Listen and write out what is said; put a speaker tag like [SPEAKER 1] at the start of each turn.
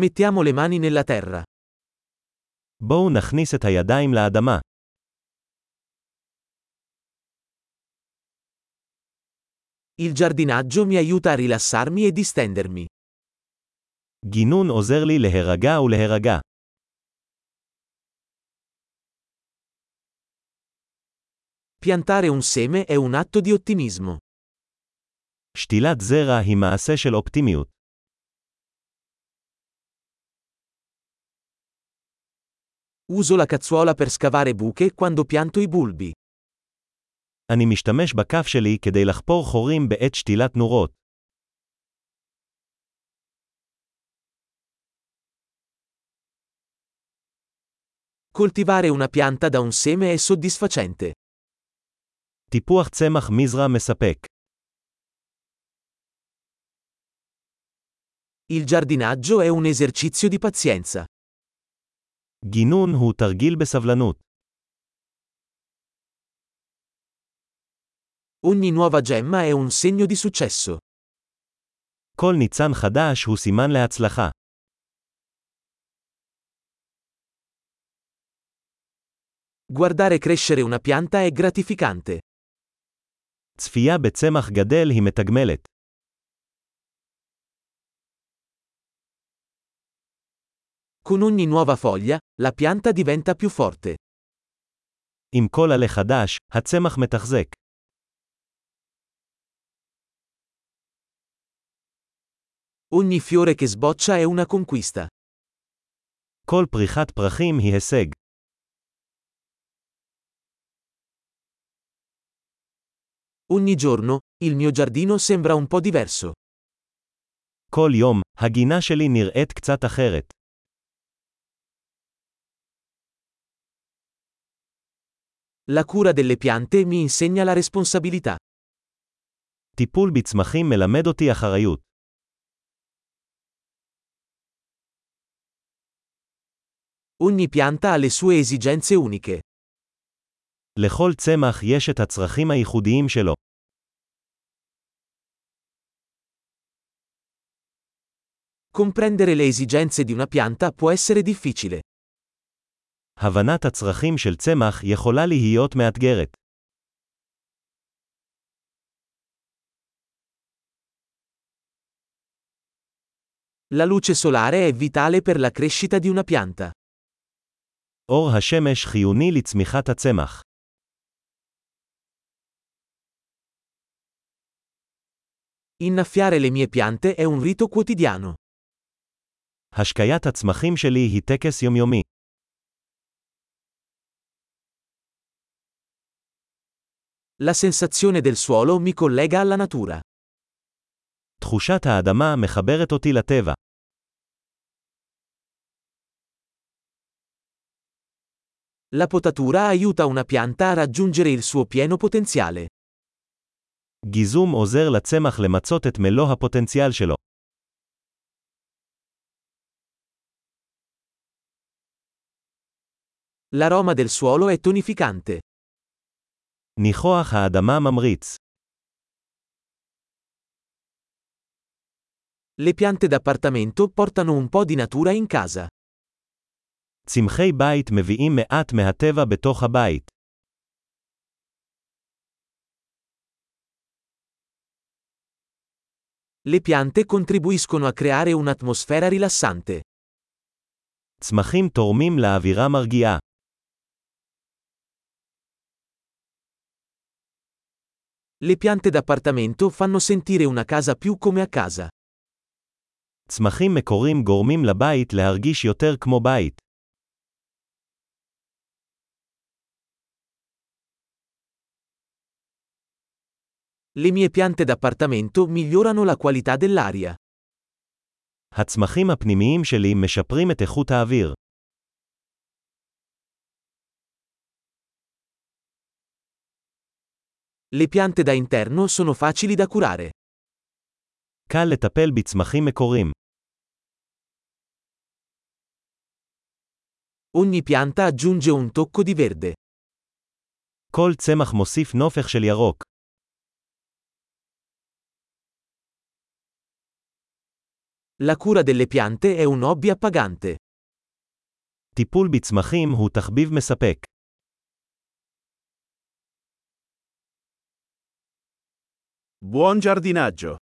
[SPEAKER 1] Mettiamo le mani nella terra.
[SPEAKER 2] בואו נכניס את הידיים לאדמה.
[SPEAKER 1] Il giardinaggio mi aiuta a rilassarmi e distendermi.
[SPEAKER 2] גינון עוזר לי להירגע ולהירגע.
[SPEAKER 1] Piantare un seme è un atto di ottimismo.
[SPEAKER 2] שתילת זרע היא מעשה של אופטימיות.
[SPEAKER 1] Uso la cazzuola per scavare buche quando pianto i bulbi.
[SPEAKER 2] אני משתמש בכף שלי כדי לחפור חורים בעת שתילת נורות.
[SPEAKER 1] Coltivare una pianta da un seme è soddisfacente.
[SPEAKER 2] טיפוח צמח מזרע מספק.
[SPEAKER 1] Il giardinaggio è un esercizio di pazienza.
[SPEAKER 2] גינון הוא תרגיל בסבלנות.
[SPEAKER 1] Ogni nuova gemma è un segno di successo.
[SPEAKER 2] כל ניצן חדש הוא סימן להצלחה.
[SPEAKER 1] Guardare crescere una pianta è gratificante.
[SPEAKER 2] צפייה בצמח גדל היא מתגמלת.
[SPEAKER 1] Con ogni nuova foglia, la pianta diventa più forte.
[SPEAKER 2] עם כל עלה חדש, הצמח מתחזק.
[SPEAKER 1] Ogni fiore che sboccia è una conquista.
[SPEAKER 2] כל פריחת פרחים היא הישג.
[SPEAKER 1] Ogni giorno, il mio giardino sembra un po' diverso.
[SPEAKER 2] כל יום, הגינה שלי נראית קצת אחרת.
[SPEAKER 1] La cura delle piante mi insegna la responsabilità.
[SPEAKER 2] טיפול בצמחים מלמד אותי אחריות.
[SPEAKER 1] Ogni pianta ha le sue esigenze uniche.
[SPEAKER 2] לכל צמח יש את הצרכים הייחודיים שלו.
[SPEAKER 1] Comprendere le esigenze di una pianta può essere difficile.
[SPEAKER 2] הבנת הצרכים של צמח יכולה להיות מאתגרת.
[SPEAKER 1] La luce solare è vitale per la crescita di una pianta.
[SPEAKER 2] אור השמש חיוני לצמיחת הצמח.
[SPEAKER 1] Innaffiare le mie piante è un rito quotidiano.
[SPEAKER 2] השקיית הצמחים שלי היא טקס יומיומי.
[SPEAKER 1] La sensazione del suolo mi collega alla natura.
[SPEAKER 2] תחושת האדמה מחברת אותי לטבע.
[SPEAKER 1] La potatura aiuta una pianta a raggiungere il suo pieno potenziale.
[SPEAKER 2] גיזום עוזר לצמח למצות את מלוא הפוטנציאל שלו.
[SPEAKER 1] L'aroma del suolo è tonificante.
[SPEAKER 2] ניחוח האדמה ממריץ.
[SPEAKER 1] Le piante d'appartamento portano un po' di natura in casa.
[SPEAKER 2] צמחי בית מביאים מעט מהטבע בתוך הבית.
[SPEAKER 1] Le piante contribuiscono a creare un'atmosfera rilassante.
[SPEAKER 2] צמחים תורמים לאווירה מרגיעה.
[SPEAKER 1] Le piante d'appartamento fanno sentire una casa più come a casa.
[SPEAKER 2] צמחים מקורים גורמים לבית להרגיש יותר כמו בית.
[SPEAKER 1] Le mie piante d'appartamento migliorano la qualità dell'aria.
[SPEAKER 2] הצמחים הפנימיים שלי משפרים את איכות האוויר.
[SPEAKER 1] Le piante da interno sono facili da curare.
[SPEAKER 2] קל לטפל בצמחים מקורים.
[SPEAKER 1] Ogni pianta aggiunge un tocco di verde.
[SPEAKER 2] כל צמח מוסיף נופך של ירוק.
[SPEAKER 1] La cura delle piante è un hobby appagante.
[SPEAKER 2] טיפול בצמחים הוא תחביב מספק.
[SPEAKER 3] Buon giardinaggio!